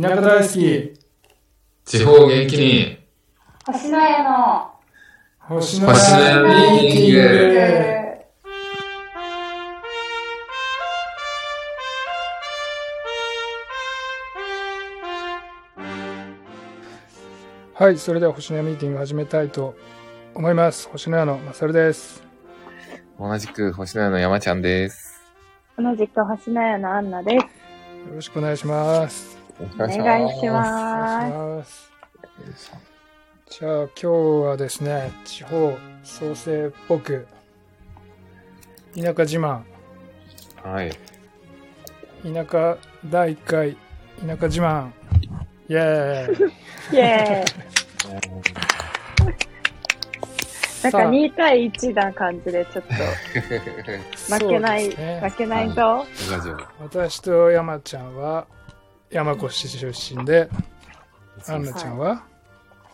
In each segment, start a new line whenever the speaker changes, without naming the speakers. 田舎大好き、
地方元気に、
星の家の
星
野家ミーティング
はい、それでは星の家ミーティング始めたいと思います。星の家のまさるです。
同じく星野屋の山ちゃんです。
同じく星の家のアンナです。
よろしくお願いします。
お
お願いし
お願いし
ま
ます。じゃあ今日はですね、地方創生っぽく、田舎自慢、
す。はい。
田舎第1回、田舎自慢、イェーイ
す。イェーイ。なんか
さあ
2対1な感じでちょっと負けない、
そうですね
負けないぞ。
ラジオ。
私と山ちゃんは山越出身で、アンナちゃんは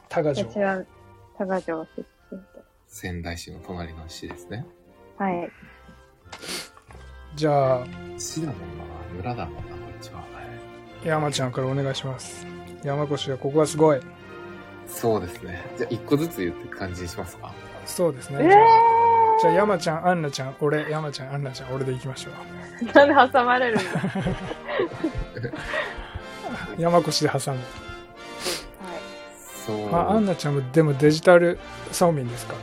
多賀城。
私は、佐賀城出身で。
仙台市の隣の市ですね。
はい。
じゃあ
市だもんな。村だもんな、こっちは。
山ちゃんからお願いします。山越はここがすごい。
そうですね。じゃあ、一個ずつ言っていく感じにしますか。
そうですね。
え
じゃあじゃあ山ちゃん、アンナちゃん、俺、山ちゃん、アンナちゃん、俺でいきましょう。
ー、なんで挟 まれるんだ。は
山越で挟む。
い。
そう。
まあ、アンナちゃんもでもデジタル村民ですから。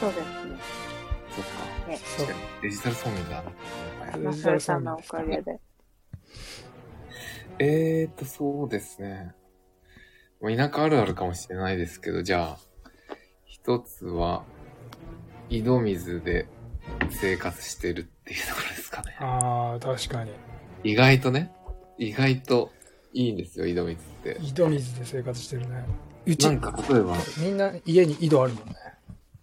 そうです
そ
そっか。
う
確かにデジタル村民だな。
ね。マスルさんのおかげで。
えーっと、そうですね。まあ田舎あるあるかもしれないですけど、じゃあ、一つは、井戸水で生活してるっていうところですかね。
ああ、確かに。
意外とね、意外といいんですよ、井戸水って。
井戸水で生活してるね。うち
な、んか、例えば、
みんな家に井戸あるもんね。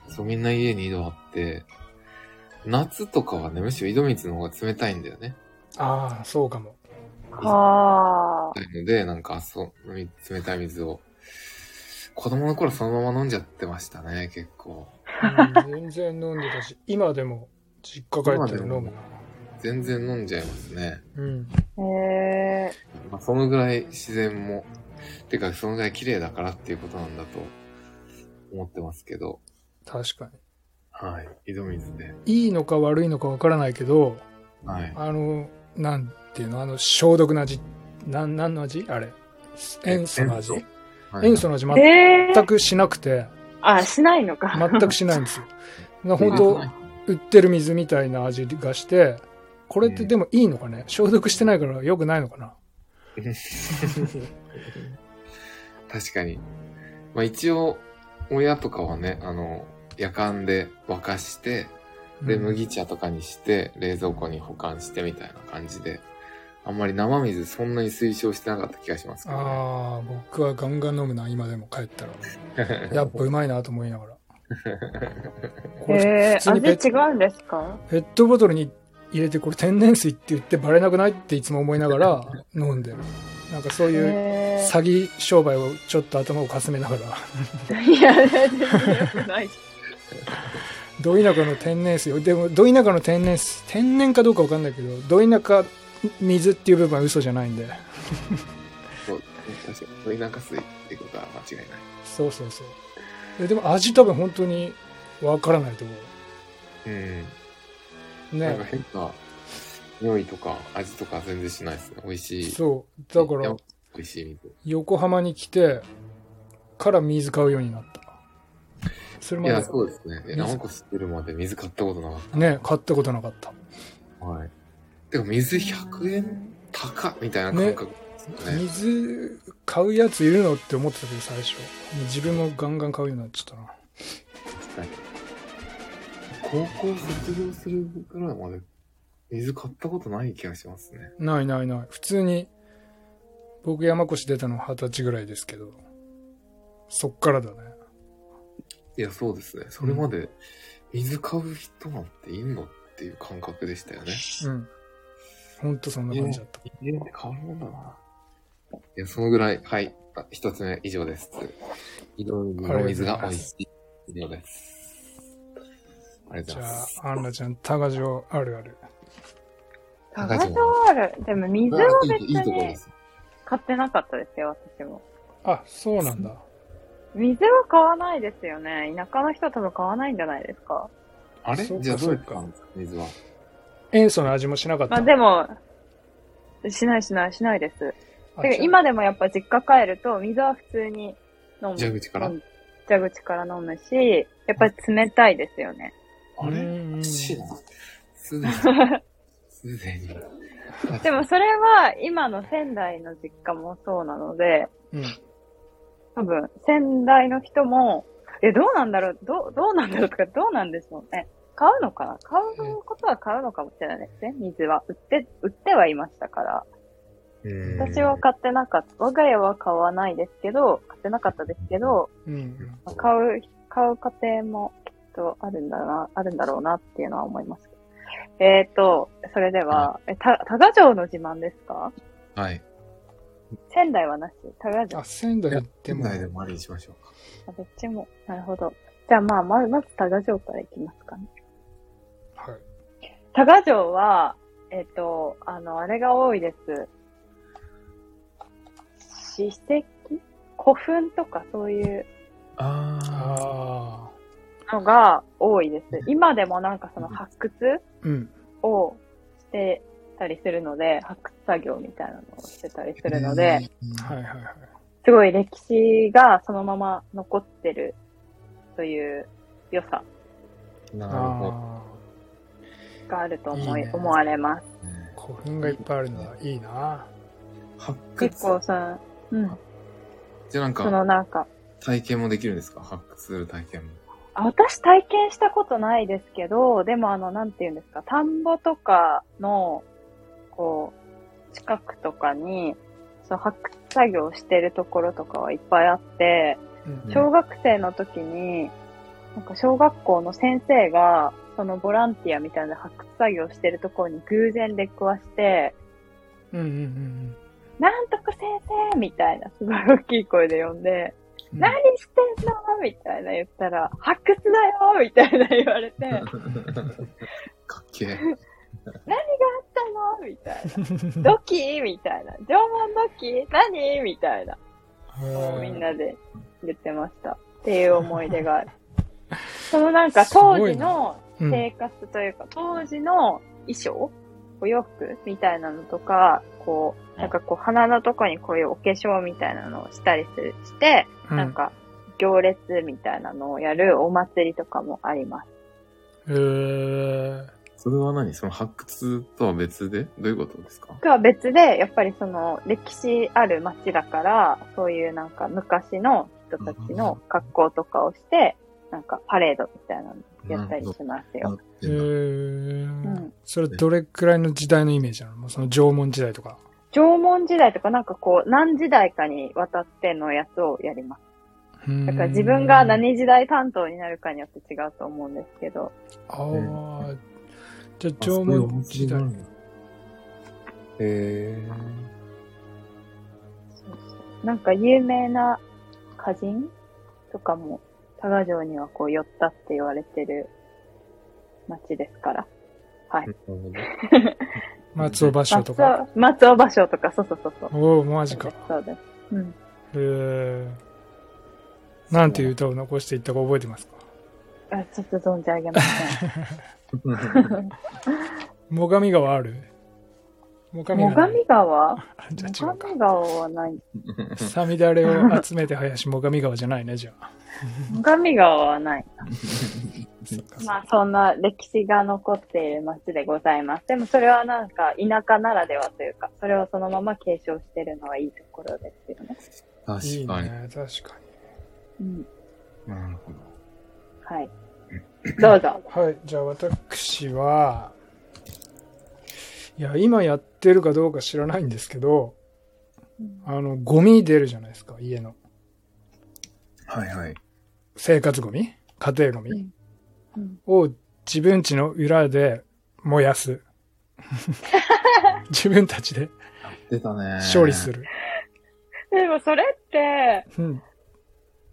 そう、みんな家に井戸あって、夏とかはね、むしろ井戸水の方が冷たいんだよね。
ああ、そうかも。
は
なので、なんか、そう、み冷たい水を、子供の頃そのまま飲んじゃってましたね、結構。
うん、全然飲んでたし、今でも実家帰ったら飲むな。
全然飲んじゃいますね。
うん。
ー。え
まあ、そのぐらい自然も、てかそのぐらい綺麗だからっていうことなんだと思ってますけど、
確か
はい。井戸水で。
に。いいのか悪いのかわからないけど、
はい。
あの、なんていうの、あの、消毒の味、なん、なんの味あれ。塩素の味
塩はい、
塩素の味
ー。
全
えー。
くしなくて、
あ、しないのか。
全くしないんですよ。 な
はい
本当売ってる水みたいな味がして、これってでもいいのかね消毒してないから良くないのかな
確かに。まあ一応、親とかはね、あの、夜間で沸かして、で、
うん
麦茶とかにして、冷蔵庫に保管してみたいな感じで、あんまり生水そんなに推奨してなかった気がしますけど、ね。
ああ、僕はガンガン飲むな、今でも帰ったら。 やっぱうまいなと思いながら。これ普
えー、
通にペッ
味違うんですか
ペットボトルに入れてこれ天然水って言ってバレなくないっていつも思いなが ら飲んでる。なんかそういう
えー
詐欺商売をちょっと頭をかすめながら、
いや、全然良くない。
ど田舎の天然水を、でもど田舎の天然水、天然かどうかわかんないけど、ど田舎水っていう部分は嘘じゃないんで。
そう確かに、鳥なんか水っていうことは間違いない。
そうそうそう。ででも味多分本当にわからないと思
うん。
う。
なんか
ね。
変な匂いとか味とか全然しないですね。美味しい。
そう。だか
いや
ら、
美味しい水。
横浜に来てから水買うようになった。それ
いや、
ま
そうですね。
水
何個知ってるまで水買ったことなかっ
でね、買ったことなかった。
た。はい。でも水100円高っみたいな感覚ですよね。
水買うやついるのって思ってたけど最初。自分もガンガン買うようになっちゃったな。
確かに高校卒業するぐらいまで水買ったことない気がしますね。
ないないない。普通に、僕山越出たの二十歳ぐらいですけど、そっからだね。
いや、そうですね。それまで水買う人なんていんのっていう感覚でしたよね。
うん。ほんとそんな感じだった。
人間って変わるもんだな。いや、そのぐらい、はい。あ一つ目以上です。井戸水の水が美味しい。以上です。ありがと
じ
うございま
ゃ
す。
あ、アンナちゃん、多賀城あるある。
高城ある。でも水は別
いいところ
に
です。
買ってなかったですよ、私も。
あ、そうなんだ。
水は買わないですよね。田舎の人は多分買わないんじゃないですか。
あれ
そうか
じゃあどうやっ
そうか
たんですか水は。
塩素の味もしなかった。
まあでも、しないしないしないです。
あ、
てか
じゃあ
今でもやっぱ実家帰ると水は普通に飲む。
蛇口から
うん蛇口から飲むし、やっぱり冷たいですよね。
あれ
うん
おかしいな。 すでに。すでに。
でもそれは今の仙台の実家もそうなので、
うん。
多分仙台の人も、え、どうなんだろうどう、どうなんだろうとか、どうなんでしょうね。買うのかな買うことは買うのかもしれないですね。水は。売って、売ってはいましたから。
うん
私は買ってなかった。我が家は買わないですけど、買ってなかったですけど、
うん。
買う、買う過程もきっとあるんだな、あるんだろうなっていうのは思いますけど。えっ、ー、と、それでは、え、た、多賀城の自慢ですか
はい。
仙台はなし。多賀城
あ、。仙台で
店
も。
内でもありにしましょうか。
あどっちも。なるほど。じゃあまあ、まず、まず多賀城からいきますかね。
はい。
多賀城は、えっ、と、あの、あれが多いです。史跡古墳とかそういう
あ
ああ。
のが多いです。今でもなんかその発掘
うん。
をしてたりするので、発掘作業みたいなのをしてたりするので、
はいはいはい。
すごい歴史がそのまま残ってるという良さ
あ。なるほ
あ
があると思い、
いいね
思われます。
どね。
あ。古墳がいっぱいあるのはいいな。
発
結
掘
構その、うん、
じゃあなん
そ
か
のなんか、
体験もできるんですか発掘する体験も。
あ私体験したことないですけど、でもあの、なんて言うんですか、田んぼとかの、こう、近くとかに、その発掘作業してるところとかはいっぱいあって、
うん。
小学生の時に、なんか小学校の先生が、そのボランティアみたいなので発掘作業してるところに偶然出くわして、
うんうんうん
なんとか先生みたいな、すごい大きい声で呼んで、
うん。
何してんのみたいな言ったら、発掘だよみたいな言われて、
かっけえ。
ったのみたいな。ドキみたいな。縄文ドキ何みたいな。
へえ
みんなで言ってました。っていう思い出がある。そのなんか当時の
うん
生活というか、当時の衣装お洋服みたいなのとか、こう、なんかこう鼻のとこにこういうお化粧みたいなのをしたりするして、
うん
なんか行列みたいなのをやるお祭りとかもありま
へ
す。
え
それは何その発掘とは別でどういうことですか
とは別で、やっぱりその歴史ある街だから、そういうなんか昔の人たちの格好とかをして、なんかパレードみたいなのやったりしますよ。
へえ
ん
それどれくらいの時代のイメージなのもうその縄文時代とか。
縄文時代とかなんかこう何時代かにわたってのやつをやります。だ
だ
から自分が何時代担当になるかによって違うと思うんですけど、
ああ。じゃあ縄文時代。
へえ
なんか有名な歌人とかも、多賀城にはこう寄ったって言われてる街ですから。
なるほど。
松尾芭蕉と
松
か。
尾松尾芭蕉とか、そうそうそうそう。
おお、マジか。へ
そうです。うん。
えなんていう歌を残していったか覚えてますか
あちょっと存じ上げません。
最上川ある最上
最
川ない。
上川
あじゃ
最
あ違うか
上。川はない。
さみだれを集めて林最上川じゃないね、じゃあ。
最上川はない。
そっか
まあ、そんな歴史が残っている街でございます。でもそれはなんか田舎ならではというか、それをそのまま継承してるのはいいところですよね。
いい
確かに。
ね、確か
うん。
なるほど。
はい。どうぞ。
に。はい、じゃあ私は、いや、今やってるかどうか知らないんですけど、あの、ゴミ出るじゃないですか、家の。
はいはい。
生活ゴミ家庭ゴミ、
うんうん
を自分家の裏で燃や す。自分たちで
出たね。
処理す
る。
る。
でもそれって、
うん、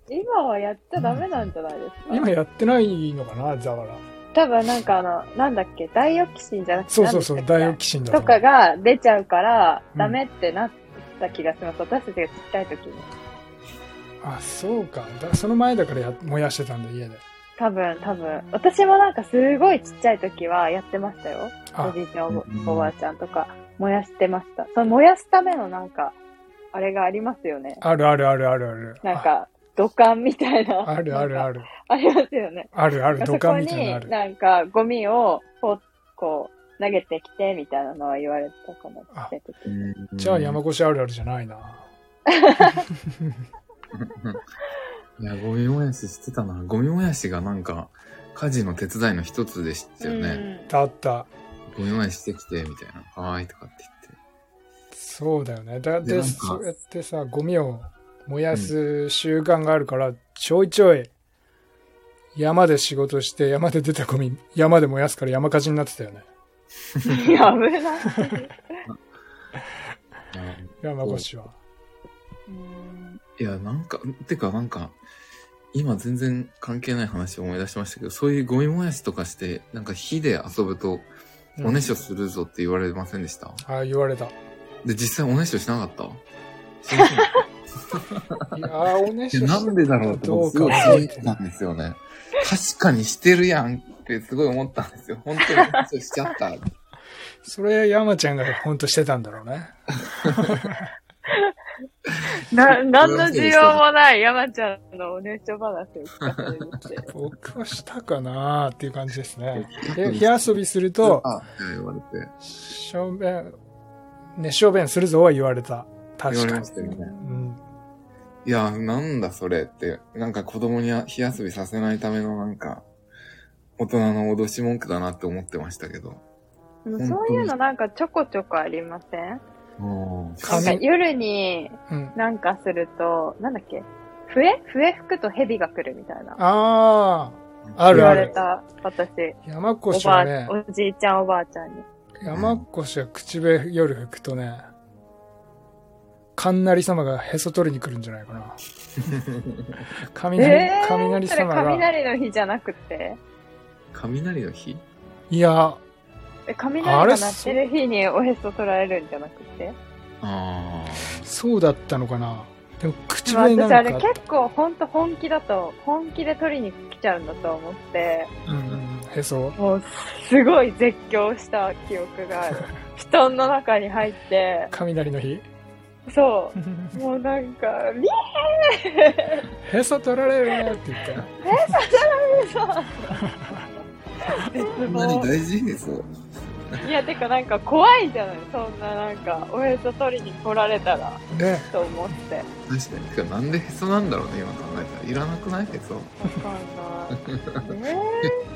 今はやっちゃダメなんじゃないですか
今やってないのかな、ザワラ。
多分なんかあの、なんだっけ、ダイオキシンじゃなくて、
そうそうそう、
なんで
ダ
した
イ
っ
オ
け
キシンだ
とかが出ちゃうから
う、ん
ダメってなった気がします。私たちがちっちゃい時に。
あ、そうか。だその前だからや燃やしてたんだ、家で。
多分、多分。私もなんかすごいちっちゃい時はやってましたよ。お
あ、
じいちゃん、お
うん
おばあちゃんとか、燃やしてました。その燃やすためのなんか、あれがありますよね。
あるあるあるあるある。
なんか、土管みたい
あ。
な。
あるある
なん
あ
か
る。
ありますよね。
あるある、
そ
土
こ
管みたいなのあ
に
る。
なんか、ゴミを、こう、こう、投げてきて、みたいなのは言われたかもちっちゃい時。
うん
じゃあ山越あるあるじゃないな。
いや、ゴミもやししてたな。ゴミもやしがなんか、家事の手伝いの一つでしたよね。
だった。
ゴミもやししてきて、みたいな。はーい、とかって
そうだよね。だっ
で
て、
なんか
そうやってさ、ゴミを燃やす習慣があるから、ちょいちょい、山で仕事して、山で出たゴミ、山で燃やすから山火事になってたよね。
うん。やぶな。
言って。
山越は。
うん
いや、なんか、てかなんか、今全然関係ない話を思い出しましたけど、そういうゴミもやしとかして、なんか火で遊ぶと、おねしょするぞって言われませんでした、
ああ、言われた。
で、実際おねしょしなか ったしませんでし
いやあ、 おね
たい
し
や
ょし
なんでだろうって僕すごい
どうか
思ったんですよね。確かにしてるやんってすごい思ったんですよ。本当におねしょしちゃった。
それ、山ちゃんがほんとしてたんだろうね。
な、何の需要もない山ちゃんのおねしょ話を聞かせるって。
僕はしたかなーっていう感じですね。で火遊びすると、
あ、って言われて。
小便、ね、小便するぞは言われた。
言わ
確
れ
か
ま
に
し。たよね。
うん、
いや、なんだそれって、なんか子供に火遊びさせないためのなんか、大人の脅し文句だなって思ってましたけど。
でもそういうのなんかちょこちょこありません
うん。
か
なんか
紙
夜に
うん。
なんかすると、なんだっけ笛笛吹くと蛇が来るみたいな。
あある
言
あ
わ
る
れた、私。
あ、山
お
越
ば
は
あ、
ね、
おじいちゃんおばあちゃんに。
山越は口笛夜吹くとね、雷様がへそ取りに来るんじゃないかな。雷、
えー、
雷
それ
様が、
雷の日じゃなくて
雷の火
いや、
え雷
あれ
が鳴ってる日におへそ取られるんじゃなくて
あ
そうだったのかな。でも口
でも
笛なん
私
か
あ
あっ
れ
た、
結構本当本気だと、本気で取りに来ちゃうんだと思って、
うんうん、へそ。
もうすごい絶叫した記憶が ある。布団の中に入って、
雷の日
そう。もうなんか、み
へそ取られるねって言ったよ
あ。雷大事ですよ。
いや、てかなんか怖いじゃないそんななんか、おへそ取りに来られたら、
ね
と思って。わ
確かに。てか、なんでへそなんだろうね、今考えたら。いらなくないへそ。
か んない。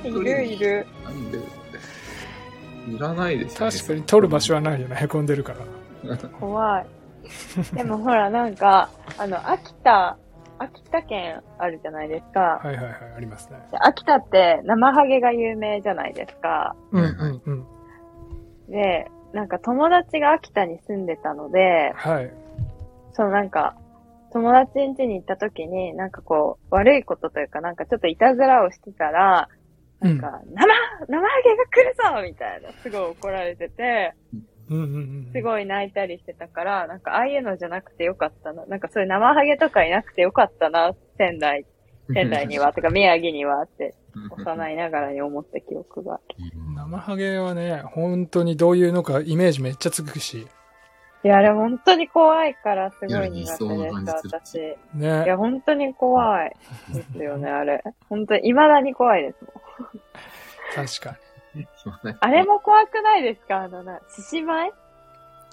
えー、いるいる。
なんでいらないでしょ。
確かに取る場所
は。
はないよねへこんでるから
怖い。 でもほら、なんか、あの、秋田、秋田県あるじゃないですか。
はいはいはいありますね
で秋田って、生ハゲが有名じゃないですか。
う
うんん
うんうん
で、なんか友達が秋田に住んでたので、
はい
そのなんか、友達ん家に行った時に、なんかこう、悪いことというか、なんかちょっといたずらをしてたら、
う
なんんか、生、生揚げが来るぞみたいな、すごい怒られてて、
うんうんう
す
ん
ごい泣いたりしてたから、なんかああいうのじゃなくてよかったな。なんかそういう生ハゲとかいなくてよかったな、仙台、仙台には、とか宮城にはって、幼いながらに思った記憶が。
生ハゲはね本当にどういうのかイメージめっちゃつくし
いや、あれ本当に怖いから、すごい苦手で
いや理想
し
の
た、
感じ
私。い
ね
や、本当に怖いですよね、あれ。本当に、未だに怖いですもん。
確かに
あれも怖くないですかあのな、獅子舞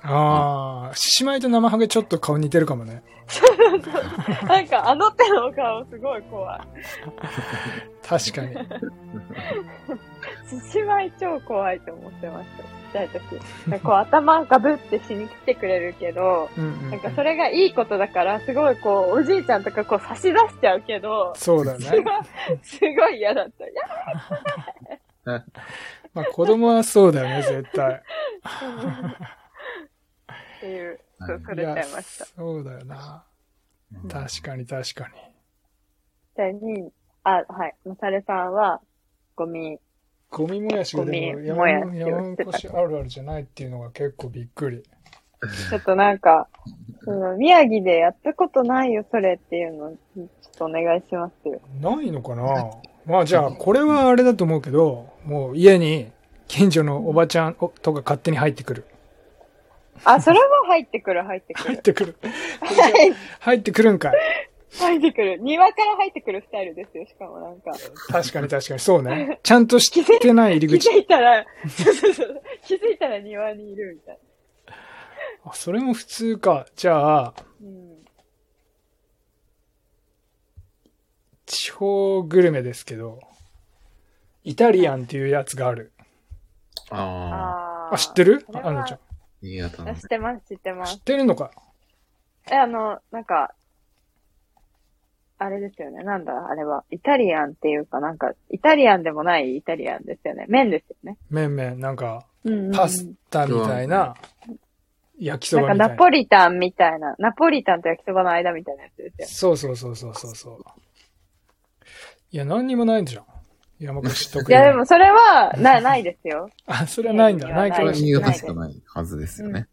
ああ獅子舞と生ハゲちょっと顔似てるかもね
なんかあの手の顔すごい怖い。
確か に
獅子舞超怖いと思ってました。ちっちゃい時。なんかこう頭ガブってしに来てくれるけど、
うんうんう
なん
ん
かそれがいいことだから、すごいこう、おじいちゃんとかこう差し出しちゃうけど、
そうだよ
す
ね
ごい、すごい嫌だった。いや
まあ子供はそうだよね絶対
っていう、
はい
そう、そ
い
れちゃ
や
いました。
そうだよな確かに確かに
じゃあ、に、あ、はい、まされさんは、ゴミ、
ゴミもやしがでも
ゴミ
山
もやしを
山
してた
越あるあるじゃないっていうのが結構びっくり。
ちょっとなんか、その宮城でやったことないよ、それっていうの、ちょっとお願いしますよ。
ないのかなまあじゃあ、これはあれだと思うけど、もう家に近所のおばちゃんおとか勝手に入ってくる。
あ、それは入ってくる、入ってく
入っ
る。
てくる。
はい
入ってくるんかい。
入ってくる。 庭から入ってくるスタイルですよ、しかもなんか。
確かに確かに、そうね。ちゃんとしてない入
気
り 口。
づいたら、そうそうそう気づいたら庭にいるみたい
あそれも普通か。じゃあ、
な。うん。
地方グルメですけど、イタリアンっていうやつがある。
ああ、
あー
あ、知ってる
それは
あのちゃん。
新潟の
あ知ってます、知ってま
知っ
す。
てるのか。
え、あの、なんか、あれですよね。なんだあれは。イタリアンっていうか、なんか、イタリアンでもないイタリアンですよね。麺ですよね。
麺々、なんか、
うん、
パスタみたいな、焼きそ
なん
ば
か
みた
ナ
いな
ポ。リタンみたいな。ナポリタンと焼きそばの間みたいなやつですよ。
そうそうそうそうそうそう。いや、何にもないんじゃん。山口特
い
有の
や、でもそれは、な、ないですよ。
あ、それはないんだ。
いや
ないか
これ
ら
は
知
新
ら
潟
ない。
しかないはずですよね。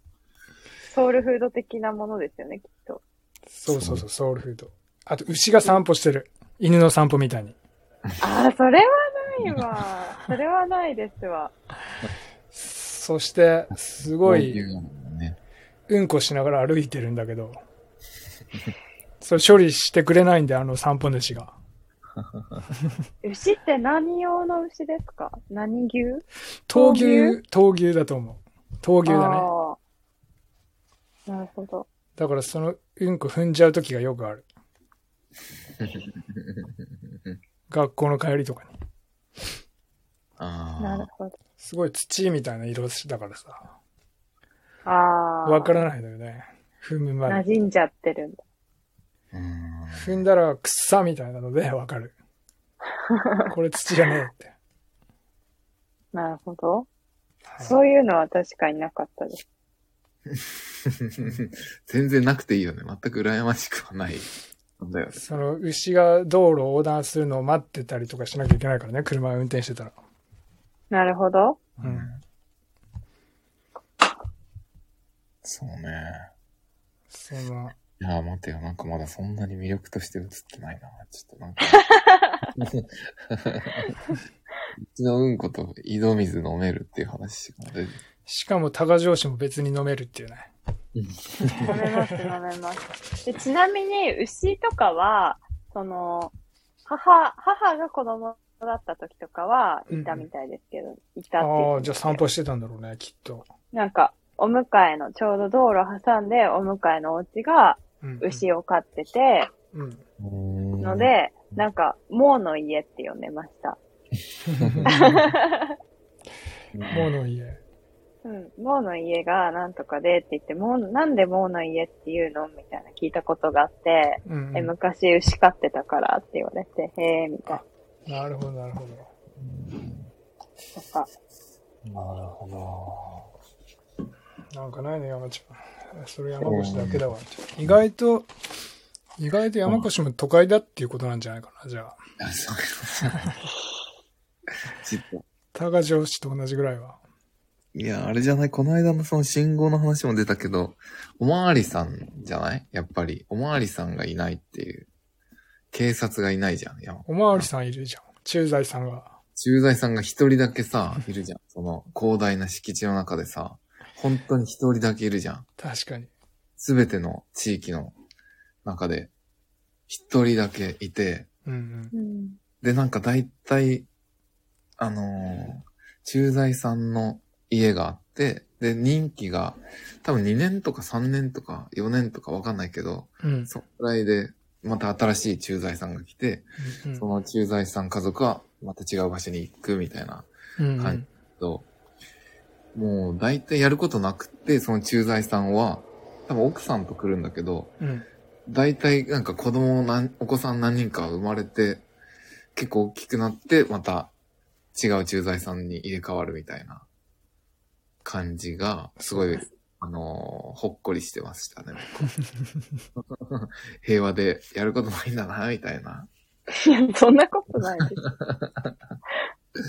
ソウルフード的なものですよね、きっと。
そうそうそう、ソウルフード。あと、牛が散歩してる。犬の散歩みたいに。
ああ、それはないわ。それはないですわ。
そして、すご
こう
い、
うものね。
うんこしながら歩いてるんだけど、それ処理してくれないんで、あの散歩主が。
牛って何用の牛ですか何牛
闘
闘
牛
牛、
闘牛だと思う。闘牛だね。
あーなるほど。
だからそのうんこ踏んじゃう時がよくある。学校の帰りとかに。
ああ。
なるほど。
すごい土みたいな色だからさ、
ああ。
わからないのよね。踏むま
馴
で。
染んじゃってるんだ。
うーん
踏んだら草みたいなので わか る。これ土じゃねえって。
なるほど。
はい
そういうのは確かになかったです。
全然なくていいよね。全く羨ましくはない。だよね。
その牛が道路を横断するのを待ってたりとかしなきゃいけないからね、車を運転してたら。
なるほど。
うん。
そうね。
その、
いやー、待てよ。なんかまだそんなに魅力として映ってないな。ちょっとなんか。うちのうんこと井戸水飲めるっていう話が出て
しかも高上司も別に飲めるっていうね。
飲めます、飲めます。でちなみに、牛とかは、その、母、母が子供だった時とかは、いたみたいですけど、いたっていう
ああ、じゃあ散歩してたんだろうね、きっと。
なんか、お迎えの、ちょうど道路挟んで、お迎えのお家が
うん、
牛を飼ってて、
うん。
るの
の、で、なんか、モーの家って呼んでました。
もうの家。
うん、モーの家がなんとかでって言って、モーなんでモーの家っていうのみたいな聞いたことがあって、
うん、
え
うん。
昔牛飼ってたからって言われて、へえ、みたい
なるほど、なるほど。
な。とか、
なるほ
なんかないね、山ちゃん。それ山越だけだわ。意外と、意外と山越も都会だっていうことなんじゃないかな、じゃあ。
ど。あ、そう か。ちょっと。
高上司と同じぐらいは。
いや、あれじゃない。この間のその信号の話も出たけど、おまわりさんじゃないやっぱり。おまわりさんがいないっていう。警察がいないじゃん。いや
おまわりさんいるじゃん。駐在さんが。
駐在さんが一人だけさ、いるじゃん。その広大な敷地の中でさ、本当に一人だけいるじゃん。
確かに。
すべての地域の中で、一人だけいて、
うんうん。
うん、
で、なんか大体、あのー駐在さんの家があって、で、任期が、多分2年とか3年とか4年とかわかんないけど、
うん。
そんくらいで、また新しい駐在さんが来て、
うん
その駐在さん家族はまた違う場所に行くみたいな
うんう
は
ん
い。ど、もう大体やることなくって、その駐在さんは、多分奥さんと来るんだけど、
うん。
大体なんか子供なん、お子さん何人か生まれて、結構大きくなって、また違う駐在さんに入れ替わるみたいな感じが、すごい、あのーほっこりしてましたね、 僕平和でやることないんだな、みたいな。
いや、そんなことない です。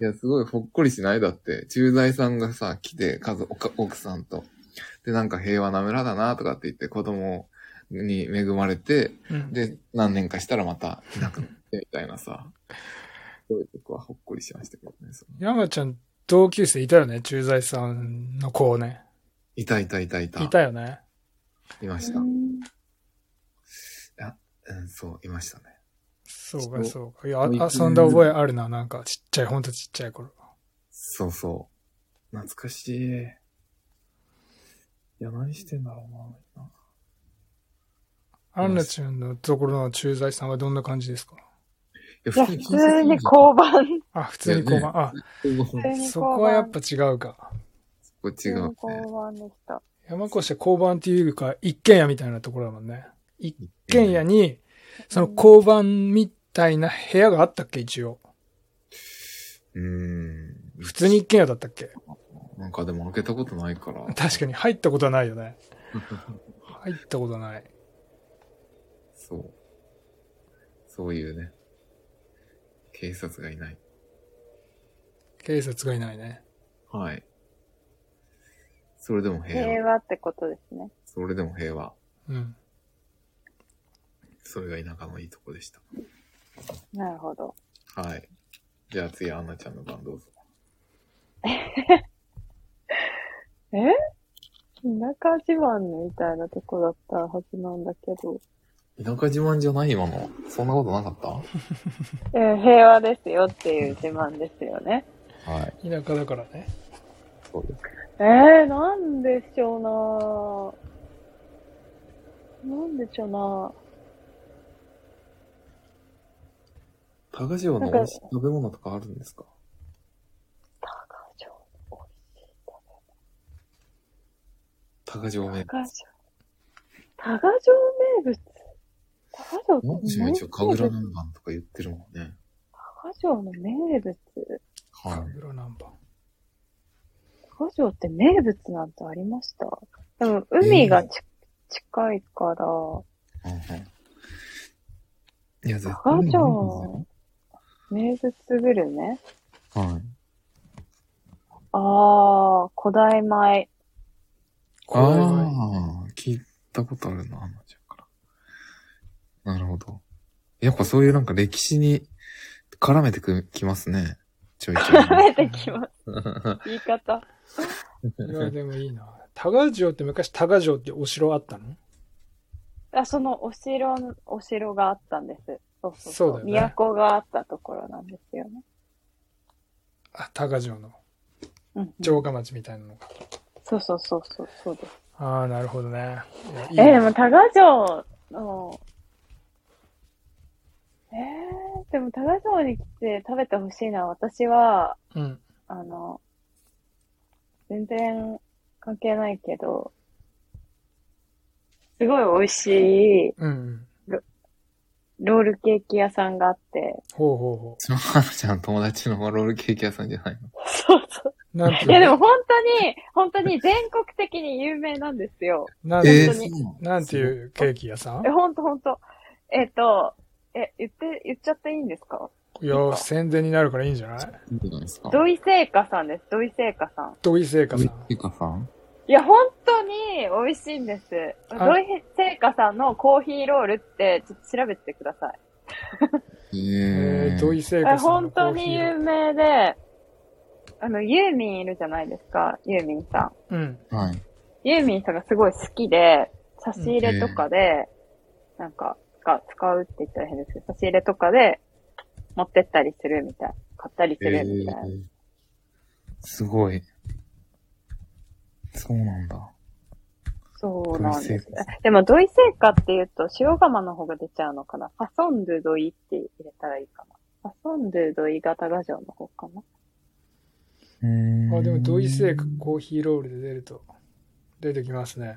いや、すごいほっこりしないだって、駐在さんがさ、来て、家族、おか奥さんと。で、なんか平和な村だなとかって言って子供に恵まれて、
うん
で、何年かしたらまたいなくなってみたいなさ。そういうとこはほっこりしましたけどね。その
山ちゃん、同級生いたよね駐在さんの子ね。
いたいたいたいた。
いたよね。
いました。うん、そう、いましたね。
そう
そ
か、
う
そうか。いや、あ
うん
遊んだ覚えあるな、なんか、ちっちゃい、ほんとちっちゃい頃。
そうそう。懐かしい。いや、何してんだろうな。
アンナちゃんのところの駐在さんはどんな感じですか
いや、
いや、普通に交番。
あ、普通に交番。あ、
う。こ
普通に
そこ
交番。
はやっぱ違うか。
こ違うね。
普通に交番でした。
山越は交番っていうか、一軒家みたいなところだもんね。一軒家に、その交番みたいな部屋があったっけ、一応。
うん。
普通に一軒家だったっけ
なんかでも開けたことないから。
確かに入ったことはないよね。入ったことない。
そう。そういうね。警察がいない。
警察がいないね。
はい。それでも平和。
平和ってことですね。
それでも平和。
うん。
それが田舎のいいとこでした。
なるほど。
はい。じゃあ次、アンナちゃんの番どうぞ。
え田舎自慢みたいなとこだったはずなんだけど。
田舎自慢じゃない今の。そんなことなかっ
えー平和ですよっていう自慢ですよね。
たはい。
田舎だからね。
そうです。
えー、なんでしょうななんでしょうな
高城の美味しい食べ物とかあるんですか
高城、美味しい食
高城
べ
名
高城。高城名物。高城
物。
って
私も
名
一応、神楽
物。
南蛮とか言ってるもんね。
高城の名物。
カ
はい。
グラナンバ
高城って名物なんてありましたでも、海がち、近いから、
うんうんいや、絶対
高
にないです
城
よ、
名物グルメ
はい。
あー、古代米。
これは
ああ、聞いたことあるな、アンナちゃんから。なるほど。やっぱそういうなんか歴史に絡めてくきますね。ちょいちょい。
食べてき ます。言い方。
いや、でもいいな。高城って昔高城ってお城あったの
あ、そのお城、お城があったんです。そうそう
そうだよね
都があったところなんですよね。
あ、高城の
うんうん、
城下町みたいなのが。
そうそうそうそう、そうです。
ああ、なるほどね。い
え
やいい
で
な
も、多賀城の、えー、でも、多賀城に来て食べてほしいのは、私は、
うん。
あの、全然関係ないけど、すごい美味しい
うんうん。
ロールケーキ屋さんがあって、
ほうほうほ
そのアンナちゃんの友達のロールケーキ屋さんじゃないの
そうそう。
う。なんていう
い
の
や、でも本当に、本当に全国的に有名なんですよ。
なんて
え
い
ー
う、
本当に
そう
なんていうケーキ屋さん
え、ほんとほんと。えっ、と、え、言って、言っちゃっていいんですか
いや、宣伝になるからいいんじゃない
いいんじゃないですか。
土井製菓さんです。土井製菓さん。
土井製菓
ロー
さ
ル
ん。
ケーキ屋さん
いや、本当に美味しいんです。土井製菓さんのコーヒーロールって、ちょっと調べてください。
え
え
ー、
ー
土井製
え、
菓さん
本
のコ
当
ーヒ
に
ー
有名で、あの、ユーミンいるじゃないですか、ユーミンさん。
を。うん。
はい。
ユーミンさんがすごい好きで、差し入れとかで、なんか、使使うって言ったら変ですけど、差し入れとかで持ってったりするみたい。買ったりす
え
るみたいな。
ー、すごい。そうなんだ。
そうなんです
土井製。
でも、土井製菓って言うと、塩釜の方が出ちゃうのかな。ファソンドゥ土井って入れたらいいかな。ファソンドゥ土井が多賀城の方かな。
うーん
あ、でも土井製菓コーヒーロールで出ると、出てきますね。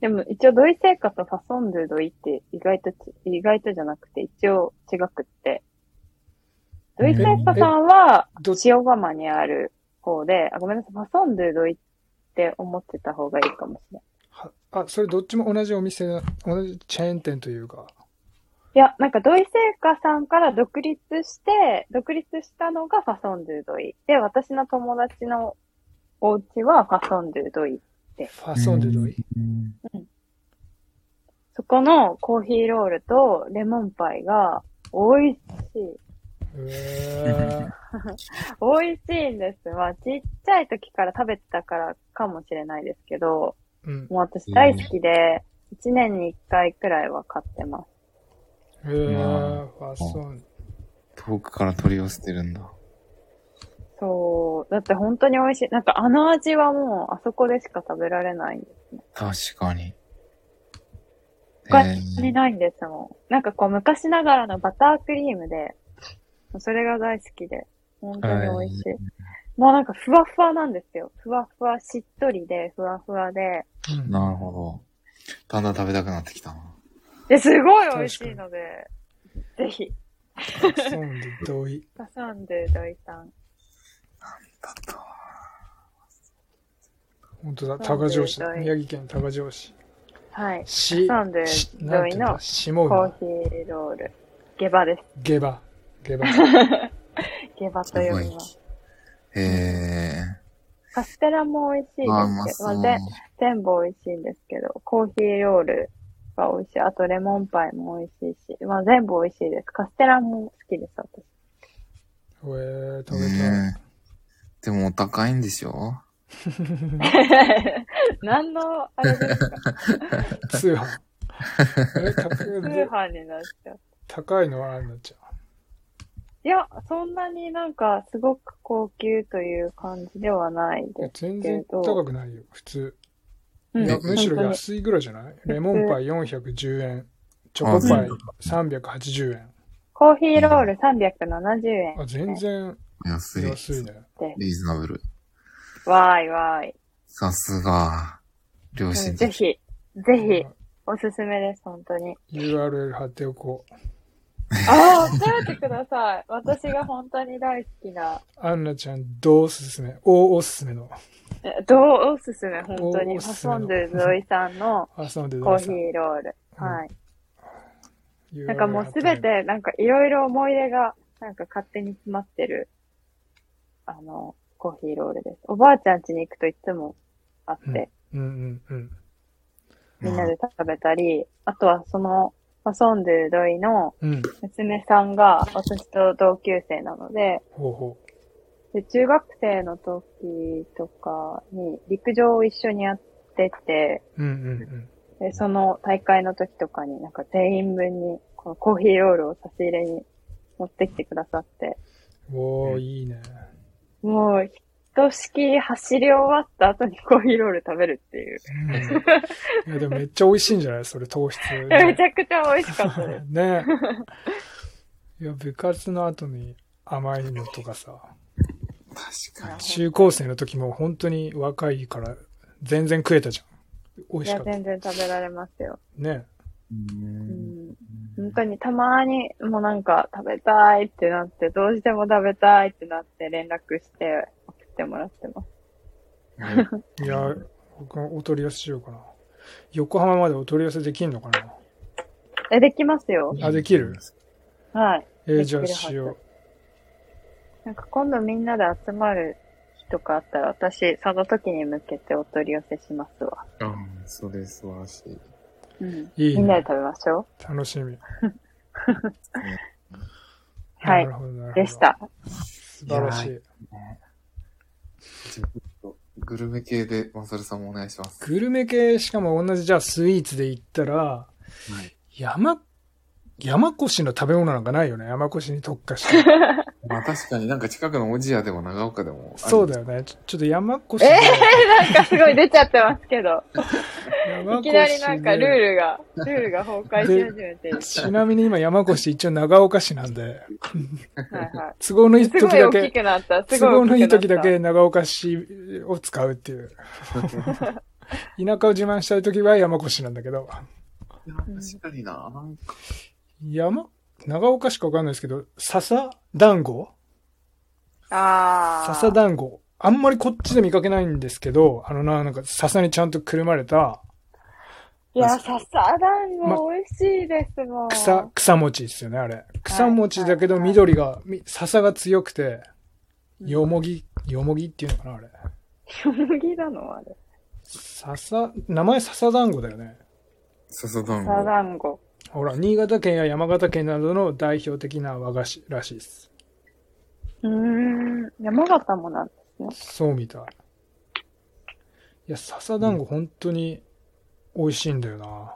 でも、一応土井製菓とファソンドゥ土井って意外とち、意外とじゃなくて、一応違くって。土井製菓さんは
どっ、ち
塩釜にある方で、あ、ごめんなさい、ファソンドゥ土井って思ってた方がいいかもしれない。
はあ、それどっちも同じお店な、同じチェーン店というか。
いや、なんか土井製菓さんから独立して、独立したのがファソンドゥドイ。で、私の友達のお家はファソンドゥドイて、
ファソンデドイ。
うん
そこのコーヒーロールとレモンパイが美味しい。
え
美味しいんです。まあ、ちっちゃい時から食べてたからかもしれないですけど、
ー、うん。
もう私大好きで、1年に1回くらいは買ってます。
えー、ファソン。
遠くから取り寄せてるんだ。
そう。だって本当に美味しい。なんかあの味はもうあそこでしか食べられない。
確かに。
他
え
に
ー
ないんですもん。なんかこう昔ながらのバタークリームで、それが大好きで、本当に美味しい。もうなんかふわふわなんですよ。ふわふわ、しっとりで、ふわふわで。
うん
なるほど。だんだん食べたくなってきたな。
で、すごい美味しいので、ぜひ、
ファソンデドイ。
挟んで、土井さん。
だったわ
本当だ、高城市だ。宮城県高城市。
はい。
し、
挟んで
し、な
土
ん
井
ていうんだ
の
下
コー
浦。
ヒーロール。下馬です。
下馬。下馬。
下馬と呼びます。
へ
カステラも美味しいですけ
え。
ど、
あ、うまそう。
まあぜ全部美味しいんですけど、コーヒーロールが美味しい。あとレモンパイも美味しいし、まあ全部美味しいです。カステラも好きです、私。
えー、食べたい
ね。えでもお高いんでしょ
何の、あれですか
通販。え、高
通
い、
販になっちゃう。
高いのはあれになっちゃ。
いや、そんなになんかすごく高級という感じではないう
いや
です。
全然高くないよ、普通。
うん、
いや、むしろ
本当に
安いぐらいじゃないレモンパイ410円、チョコパイ380円。
コーヒーロール370円
あ、全然
安い。
安いね。
です。
リーズナブル。
わーいわーい。
さすが。良
うん
心
ぜ
的。
ひ、ぜひ、おすすめです、本当に。
URL 貼っておこう。
ああ、教えてください。私が本当に大好きな、
アンナちゃん、どうおすすめおおすすめの。
え どうおすすめ、本当
お
に。
お
フ
す
ァ
すめ
ソンドゥゾイさんの
あ、そうなんで
コーヒーロール。はい。
い
なんかもうすべ。て、なんかいろいろ思い出が、なんか勝手に詰まってる、あの、コーヒーロールです。おばあちゃん家に行くといつもあって、
うんうんうん。
みんなで食べたり、あとはその、ファソンドゥゾイの
うん。
娘さんが私と同級生なので、
ほうほ
で、中学生の時とかに陸上を一緒にやってて、
う。うんうんうん。
で、その大会の時とかになんか全員分にこのコーヒーロールを差し入れに持ってきてくださって、
おー、いいね。
もう、ひとしきり走り終わった後にコーヒーロール食べるっていう。
うん、いや、でもめっちゃ美味しいんじゃないそれ、糖質。
めちゃくちゃ美味しかったです。
ねえ。いや、部活の後に甘いのとかさ、
確かに。
中高生の時も本当に若いから全然食えたじゃん。美味
い
しか
や、
った。ね
全然食べられますよ。うん。本当
に。
にたまにもうなんか食べたいってなって、どうしても食べたいってなって連絡して送ってもらってます。
え。いや、僕もお取り寄せしようかな。横浜までお取り寄せできんのかな
え、できますよ。
あできる
はい。
えー、じゃあしよ
なんか今度みんなで集まる日とかあったら、私、その時に向けてお取り寄せしますわ。
あ、それ素晴らしい。
うん。
う。いい
みんなで
ね。
食べましょう。
楽しみ。
はい
なるほど、なるほど。
でし。た。
素晴らしい。
じゃあちょっとグルメ系でマサルさんもお願いします。
グルメ系、しかも同じ、じゃあスイーツで言ったら、
はい。
山、山越の食べ物なんかないよね。山越に特化 して。
まあ確かになんか近くのおじやでも長岡でもある
そうだよね。ちょちょっと山越
え
で、
ー、なんかすごい出ちゃってますけど。
山
い
越
きなりなんかルー
で
ルが、ルールが崩壊し始 めてる。
ちなみに今山越一応長岡市なん で、
はいは
都合のい
い。
い
すご
時
い
だ
大き
け、
くなった。す
都合
ご
の
い
い
大
い
き
時
くな
だ
った。
け長岡市を使うっていう。田舎を自慢したい時は山越なんだけど、
いや確かにな。なんか
山、長岡しかわかんないですけど、笹団子
あー。
笹団子。あんまりこっちで見かけないんですけど、あのな、なんか笹にちゃんとくるまれた
いや、笹団子美味しいですもん。
草、草餅ですよね、あれ。草餅だけど
はいはい
緑が、み笹が強くて、
うん
よもぎ、よもぎっていうのかな、あれ。
よもぎなのあれ。
笹、名前笹団子だよね。
笹団
サ
子。
ザンゴ。
ほら、新潟県や山形県などの代表的な和菓子らしいです。
うーん。山形もなんですね。
そうみたい。いや、笹団子本当に美味しいんだよな。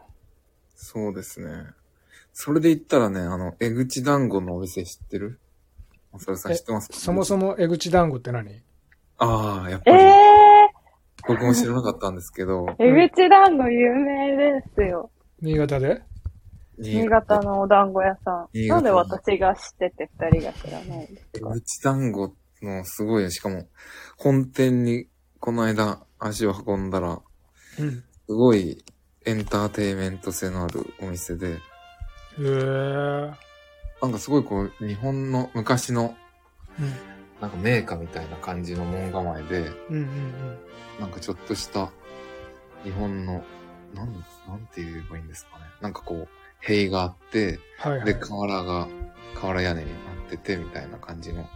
そうですね。それで言ったらね、あの、江口団子のお店知ってるおさるさん
え
知ってますか
そもそ
も。
も江口団子って何
ああ、やっぱ
え
り、
え
僕も知らなかったんですけど、
ー、江口団子有名ですよ。
新潟で
新潟のお団子屋さん。
新
な
潟
んで私が知ってて二人が知らないんですか
うち団子のすごいね、しかも、本店にこの間足を運んだら、
うん。
すごいエンターテイメント性のあるお店で、
へえ。うん。
なんかすごいこう、日本の昔の、なんか名家みたいな感じの門構えで、
うんうんうん。
なんかちょっとした、日本の、なん、なんて言えばいいんですかね。なんかこう、塀があって、
はいはい。
で、瓦が、瓦屋根になってて、みたいな感じの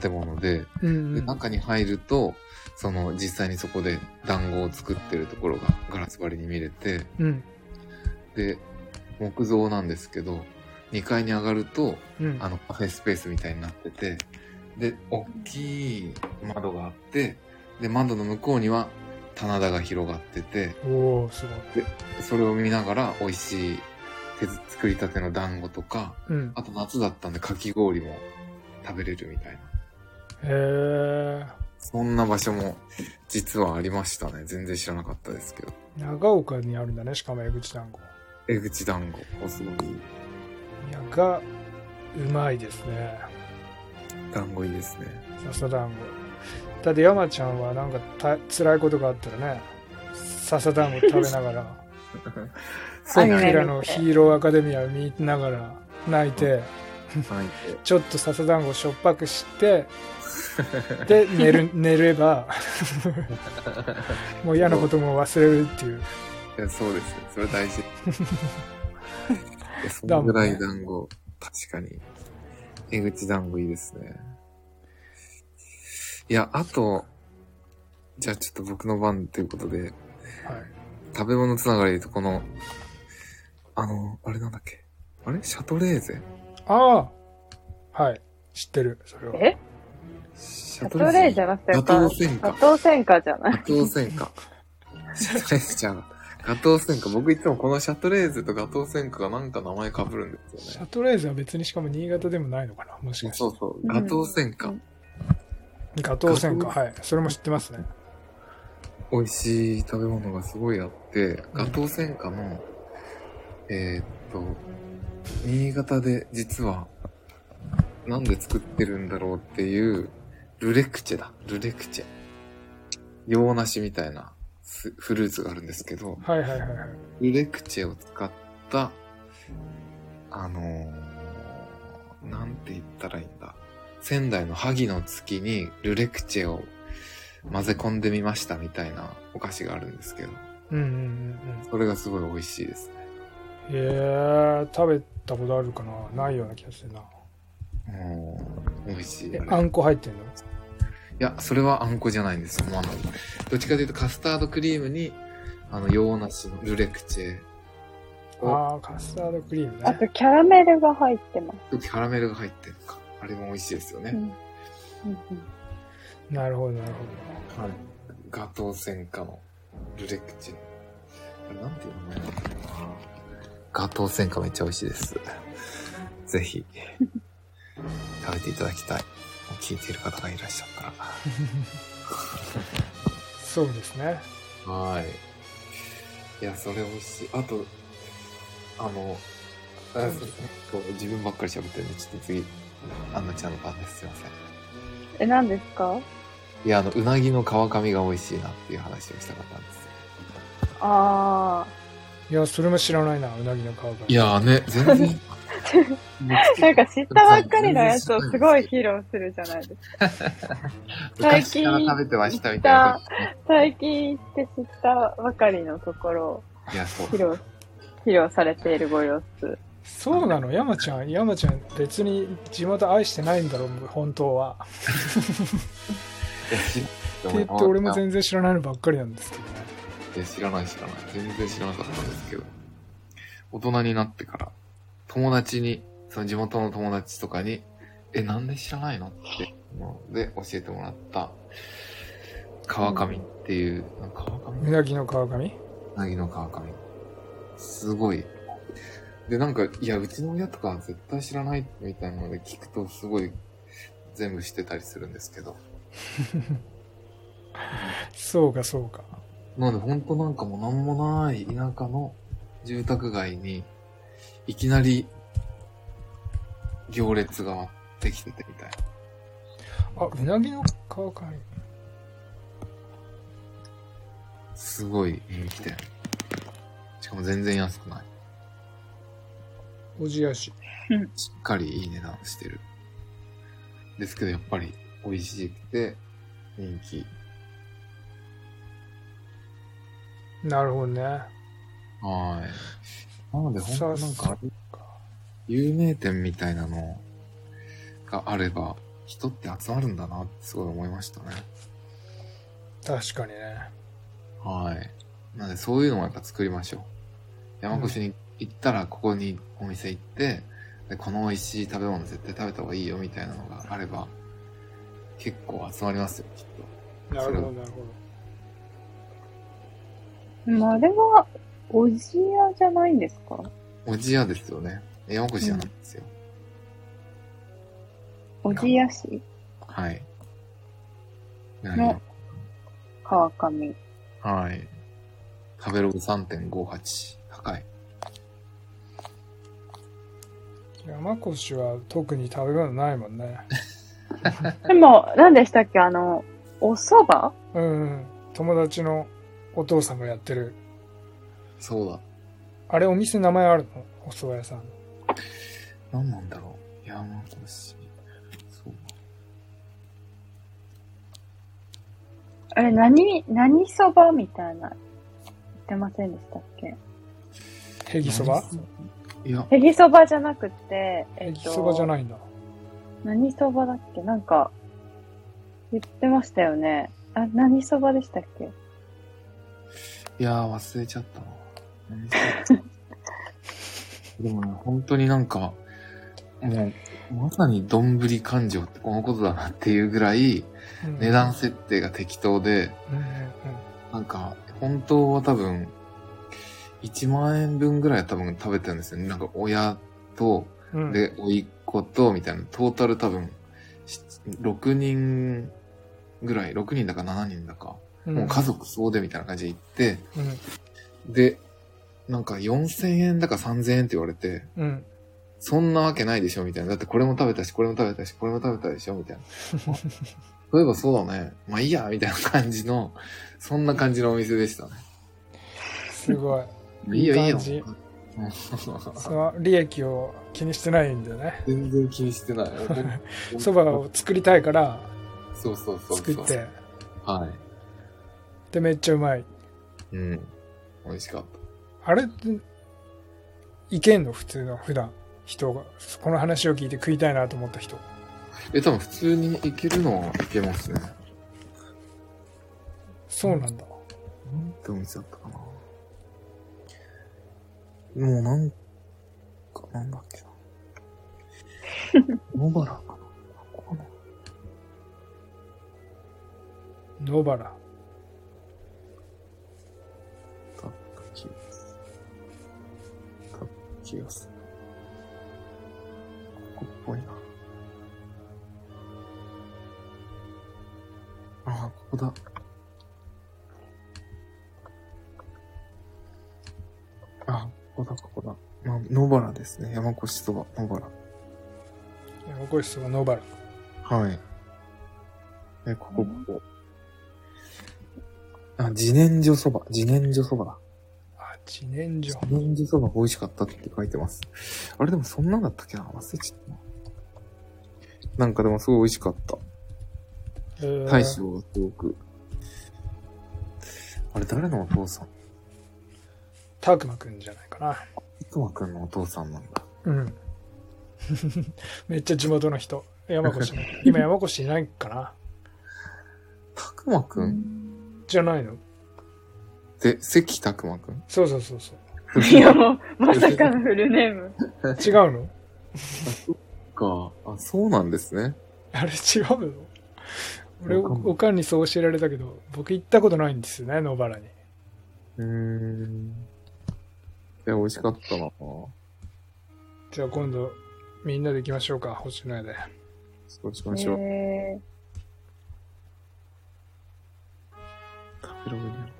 建物で、
うんう
で
ん。
中に入ると、その実際にそこで団子を作ってるところがガラス張りに見れて、
うん。
で、木造なんですけど、2階に上がると、
うん。
あのカフェスペースみたいになってて、で、大きい窓があって、で、窓の向こうには棚田が広がってて、
おー、すごい。
それを見ながら美味しい手作りたての団子とか、
うん。
あと夏だったんでかき氷も食べれるみたいな。
へえ。
そんな場所も実はありましたね。全然知らなかったですけど。
長岡にあるんだね、しかも江口団子。
江口団子、おすごい
いや、が、うまいですね。
団子いいですね。
笹団子。だって山ちゃんはなんかた辛いことがあったらね、笹団子食べながら、
そう
ア
な
ニ
んで
メ
平のヒーローアカデミアを見ながら泣いて、
す。はい
ちょっと笹団子をしょっぱくして、で、寝る、寝れば、もう嫌なことも忘れるっていう。
いや、そうですね。それ大事。いやそ
だ
の
もんね
ぐらい団子、確かに。江口団子いいですね。いや、あと、じゃあちょっと僕の番ということで、
はい。
食べ物つながりで言うと、この、あの、あれなんだっけ。あれシャトレーゼ
ああはい。知ってる、それは。
え
シ
シャトレーじゃなくて、やっぱ
ガトー戦
ガ
果。
トー戦火じゃな
ガ
い。
トー戦 果。シャトレーゼちゃん。ガトー戦果。僕いつもこのシャトレーゼとガトー戦果がなんか名前被るんです
シ
よね。
ャトレーゼは別にしかも新潟でもないのかなもしかして
そうそう。ガトー戦果。
うん
ガトー戦火
ガ
はいそれも知ってますね
美味しい食べ物がすごいあって、ガトー戦火の、えーっと、新潟で実は、なんで作ってるんだろうっていう、ルレクチェだ。ルレクチェ。洋梨みたいなすフルーツがあるんですけど、
はいはいはいはい
ルレクチェを使った、あのーなんて言ったらいいんだ。仙台の萩の月にルレクチェを混ぜ込んでみましたみたいなお菓子があるんですけど、
うんうんうん
それがすごい美味しいですね。
うんへえ食べたことあるかなないような気がするな
うん美味しい。
え
あ
あ
れい
んこ入ってんの
や、それはあんこじゃないんですよ。あの、どっちかというとカスタードクリームに、あの、洋梨のルレクチェを、
ああーカスタードクリーム
あ
ね
と、キャラメルが入ってます。
キャラメルが入ってるのか。あれも美味しいですよね。
うんうん
なるほどなるほ
はい。ガトー戦火のルレクチェ。あれなんていう名前だったかなガトー戦火めっちゃ美味しいです。ぜひ、食べていただきたい。聞いている方がいらっしゃったら。
どそうですね
はい。いや、それ美味しい。あと、あの、あこう自分ばっかり喋ってるんで、ちょっと次、アンナちゃんの番です。すいません。
え、何ですか
いや、あの、うなぎの川上が美味しいなっていう話をしたかったんですよ。
あ
いやそれも知らないなうなぎの皮が
いやーね、全 然。
ー。なんか知ったばっかりのやつをすごい披露するじゃないですか。最
昔
近
から食べてましたみたいな。
最近行って知ったばかりのところを
いや、そう
披。露、披露されているご様子。
そうなの山ちゃん山ちゃん別に地元愛してないんだろ本当はって言って俺も全然知らないのばっかりなんですけどね
いや、知らない知らない。全然知らなかったんですけど。大人になってから、友達に、その地元の友達とかに、え、なんで知らないのって、ので、教えてもらった、川上っていう、川上
うなぎの川上
うなぎの川上。すごい。で、なんか、いや、うちの親とか絶対知らないみたいなので聞くと、すごい、全部知ってたりするんですけど。
そうか、そうか。
なので、ほんとなんかもうなんもない田舎の住宅街に、いきなり、行列が割ってきててみたいな。
あ、うなぎの川上。
すごい人気店。しかも全然安くない。
おじやし。
しっかりいい値段してる。ですけどやっぱり美味しくて人気。
なるほどね。
はい。なので本
そう
当
っす
なんかあれか、有名店みたいなのがあれば、人って集まるんだなってすごい思いましたね。
確かにね。
はい。なのでそういうのもやっぱ作りましょう。山越しに行ったらここにお店行って、でこの美味しい食べ物絶対食べた方がいいよみたいなのがあれば、結構集まりますよ、きっと。
なるほど、なるほ
まあ、あれは、おじやじゃないんですか
おじやですよね。山越しじゃないんですよ。
おじや市
はい。
の川上。
はい。食べログ3.58。高い。
ど。山越は特に食べ物ないもんね。
でも、何でしたっけあの、お蕎麦
うん。友達のお父さんがやってる。
そうだ。
あれ、お店名前あるのお蕎麦屋さん。
何なんだろう。山越し。そう
あれ、何、何蕎麦みたいな。言ってませんでしたっけ
へぎそば
いや、
へぎそばじゃなくて、え
へ
っ
ぎ
と、
そばじゃないんだ。
何そばだっけなんか、言ってましたよね。あ、何そばでしたっけ
いやー忘れち ゃったな。何してたでもね、本当になんか、もう、まさにどんぶり感情ってこのことだなっていうぐらい、
うん
値段設定が適当で、
うんうん
なんか、本当は多分、1万円分ぐらいは多分食べてるんですよね。なんか親と、
うんうん。
で、甥いっ子と、みたいな、トータル多分、し6人ぐらい、6人だか7人だか、
うん、
もう家族総出みたいな感じで行って、
うん、
で、なんか4000円だか3000円って言われて、
うん。
そんなわけないでしょみたいな。だってこれも食べたし、これも食べたし、これも食べたでしょみたい な。あそういえばそうだね。まあいいや、みたいな感じの、そんな感じのお店でしたね。
すご い。
いいよ、いい
いい
よ
感じ。
うん
その利益を気にしてないんだよね。
全然気にしてない。
そばを作りたいから
そうそうそう
作
そう。
って。
は
で、めっちゃうまい。
い。うん。美味しかった。
あれって、いけんの普通の、普段。人が。この話を聞いて食いたいなと思った人。
え、多分普通に行けるのは行けますね。
そうなんだ。
なんてお店だったかな。もうなんか、なんだっけな。野原かな。ここかな
野原。
だった気がする。だった気がする。ここっぽいな。ああ、ここだ。あ、ここだ、ここだ。まあ、野原ですね。山越そば、野原。
横越そば野原。
はい。え、こ
う
こ、
ん
ここ。あ、自然薯そば、自然薯そばだ。
あ、自然薯。
自然薯そばが美味しかったって書いてます。あれでもそんなんだったっけな忘れちゃったな。なんかでもすごい美味しかった。
えー
大将がすごく。あれ誰のお父さん
たくまくんじゃないかな。
いくまくんのお父さんなんだ。
うん。 めっちゃ地元の人。山越の。今山越いないかな。
たくまくん
じゃないの
で、関拓馬くん
そうそうそうそう。
いやもう、まさかのフルネーム。
違うの
か。あ、そうなんですね。
あれ違うの俺、おおかんにそう教えられたけど、僕行ったことないんですよね、野原に。
うーん。いや、美味しかったな。よ
じゃあ今度、みんなで行きましょうか、星のやで。
ろしくお願いします。
え
ブログにあるっ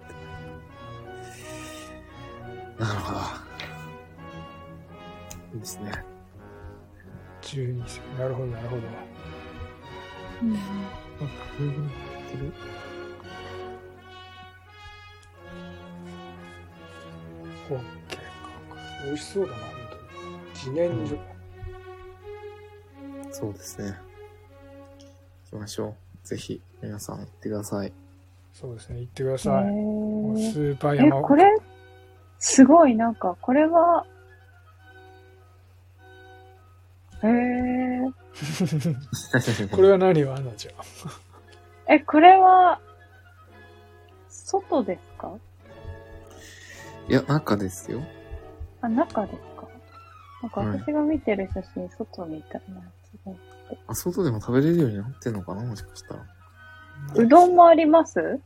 てなるほど。いいですね。
12歳。なるほど、なるほど。
ーうん
ブログに貼ってる
オッケー。美味しそうだな、本当に。自然薯。
そうですね。行きましょう。ぜひ、皆さん行ってください。
そうですね、行ってくだ
え
さい。もう
ー
スーパー
え、
山
これ、すごい、なんか、これは、えー、
これは何よ、アンナちゃん。
え、これは、外ですか
いや、中ですよ。
あ、中ですかなんか
はい
私が見てる写真、外みたいなやつで
あ、外でも食べれるようになってんのかなもしかしたら。
うどんもあります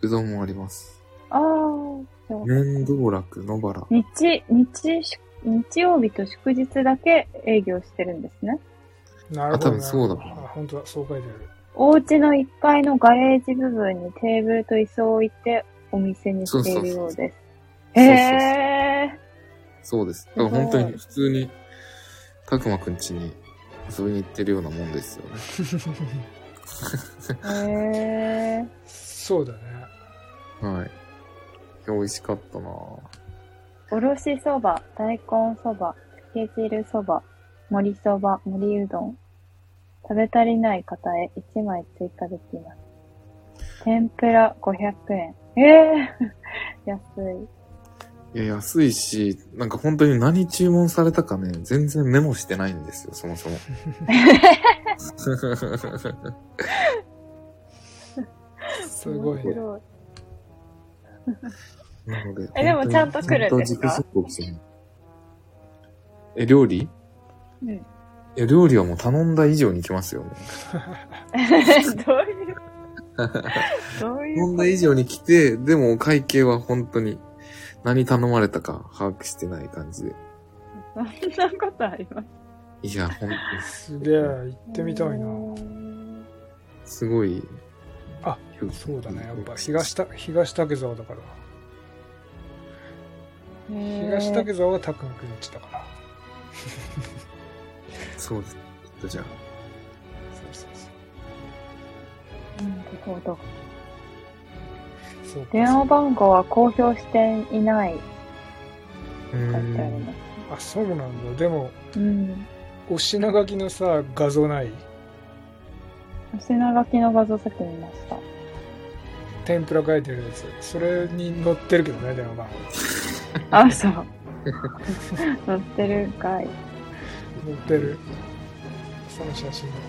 うどんもあります。
あー、そう
面道楽野原。
日、日し、日曜日と祝日だけ営業してるんですね。
なるほど。
あ多分そうだ
なるほどあ、本当だ、そう書いてある。
お家の1階のガレージ部分にテーブルと椅子を置いてお店にしているよ
そう
うです。
そうそう
へー。
そうです。だ
ご
か
い
ら本当に普通に、たくまくん家に遊びに行ってるようなもんですよね。
へー。
そうだね。
はい。いや、美味しかったなぁ。
おろしそば、大根そば、つけ汁そば、盛りそば、盛りうどん。食べ足りない方へ1枚追加できます。天ぷら500円。えー、 安い。
いや、安いし、なんか本当に何注文されたかね、全然メモしてないんですよ、そもそも。
すごい
面
ね。
白い。
なので。
えでもちゃんと来るんで
本当にちゃ
すか
んと自己申告しないえ、料理
うん。
いや、料理はもう頼んだ以上に来ますよ、ね。
どういう、どういう
頼 んだ以上に来て、でもお会計は本当に何頼まれたか把握してない感じで。
そんなことあります
いや、本当に
すげえ、行ってみたいな。
すごい。
あ、そうだね、やっぱ東た東竹沢だから。東
へ
竹沢は拓磨くんちだから。
そうです。じゃあ、
そうそうそ
ーなるほど。
う。そうか
電話番号は公表していない。
う
書いてあり
ん
ま。
あ、そうなんだ。でも、
す。うん。
お品書きのさ、画像ない
お品書きの画像さっき見ま した。
天ぷら書いてるやつ。それに載ってるけどね、電話番号。
あ、そう。載ってるんかい。
載ってる。その写真。
なる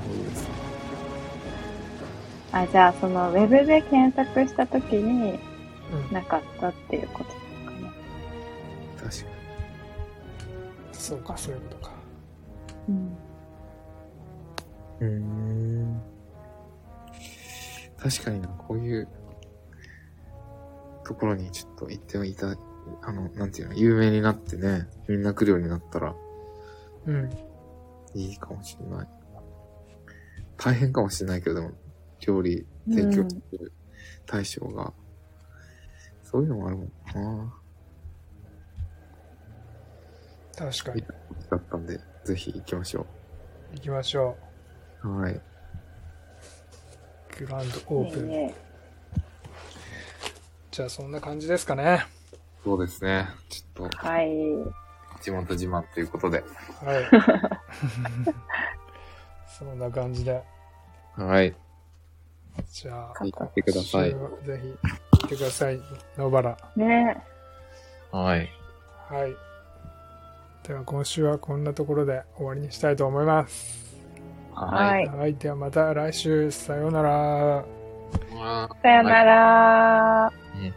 ほどです。
あ、じゃあ、その、ウェブで検索したときに
うん。
なかったっていうことなの
確
かな。
か
そうか、そういうことか。
う
に。
ん。
うん。確かにな、こういうところにちょっと行っていた、あの、なんていうの、有名になってね、みんな来るようになったら
うん。
いいかもしれない。大変かもしれないけど、でも、料理提供する対象が、そういうのもあるもんな。
確かに。
だったんで、ぜひ行きましょ
行きましょ
う。はい。
う。グランドオープ
いい
ン。
ね。
じゃあ、そんな感じですかね。
そうですね。ちょっと、
はい。
地元自慢ということで。
はい。 そんな感じで。
はい。
じゃあ、
行ってください。
ぜひ来てください。野原。
ね
はい。
はい。では今週はこんなところで終わりにしたいと思います。
は。
はい
はい。ではまた来週、さようなら。
い。ら。
さよなら。
ね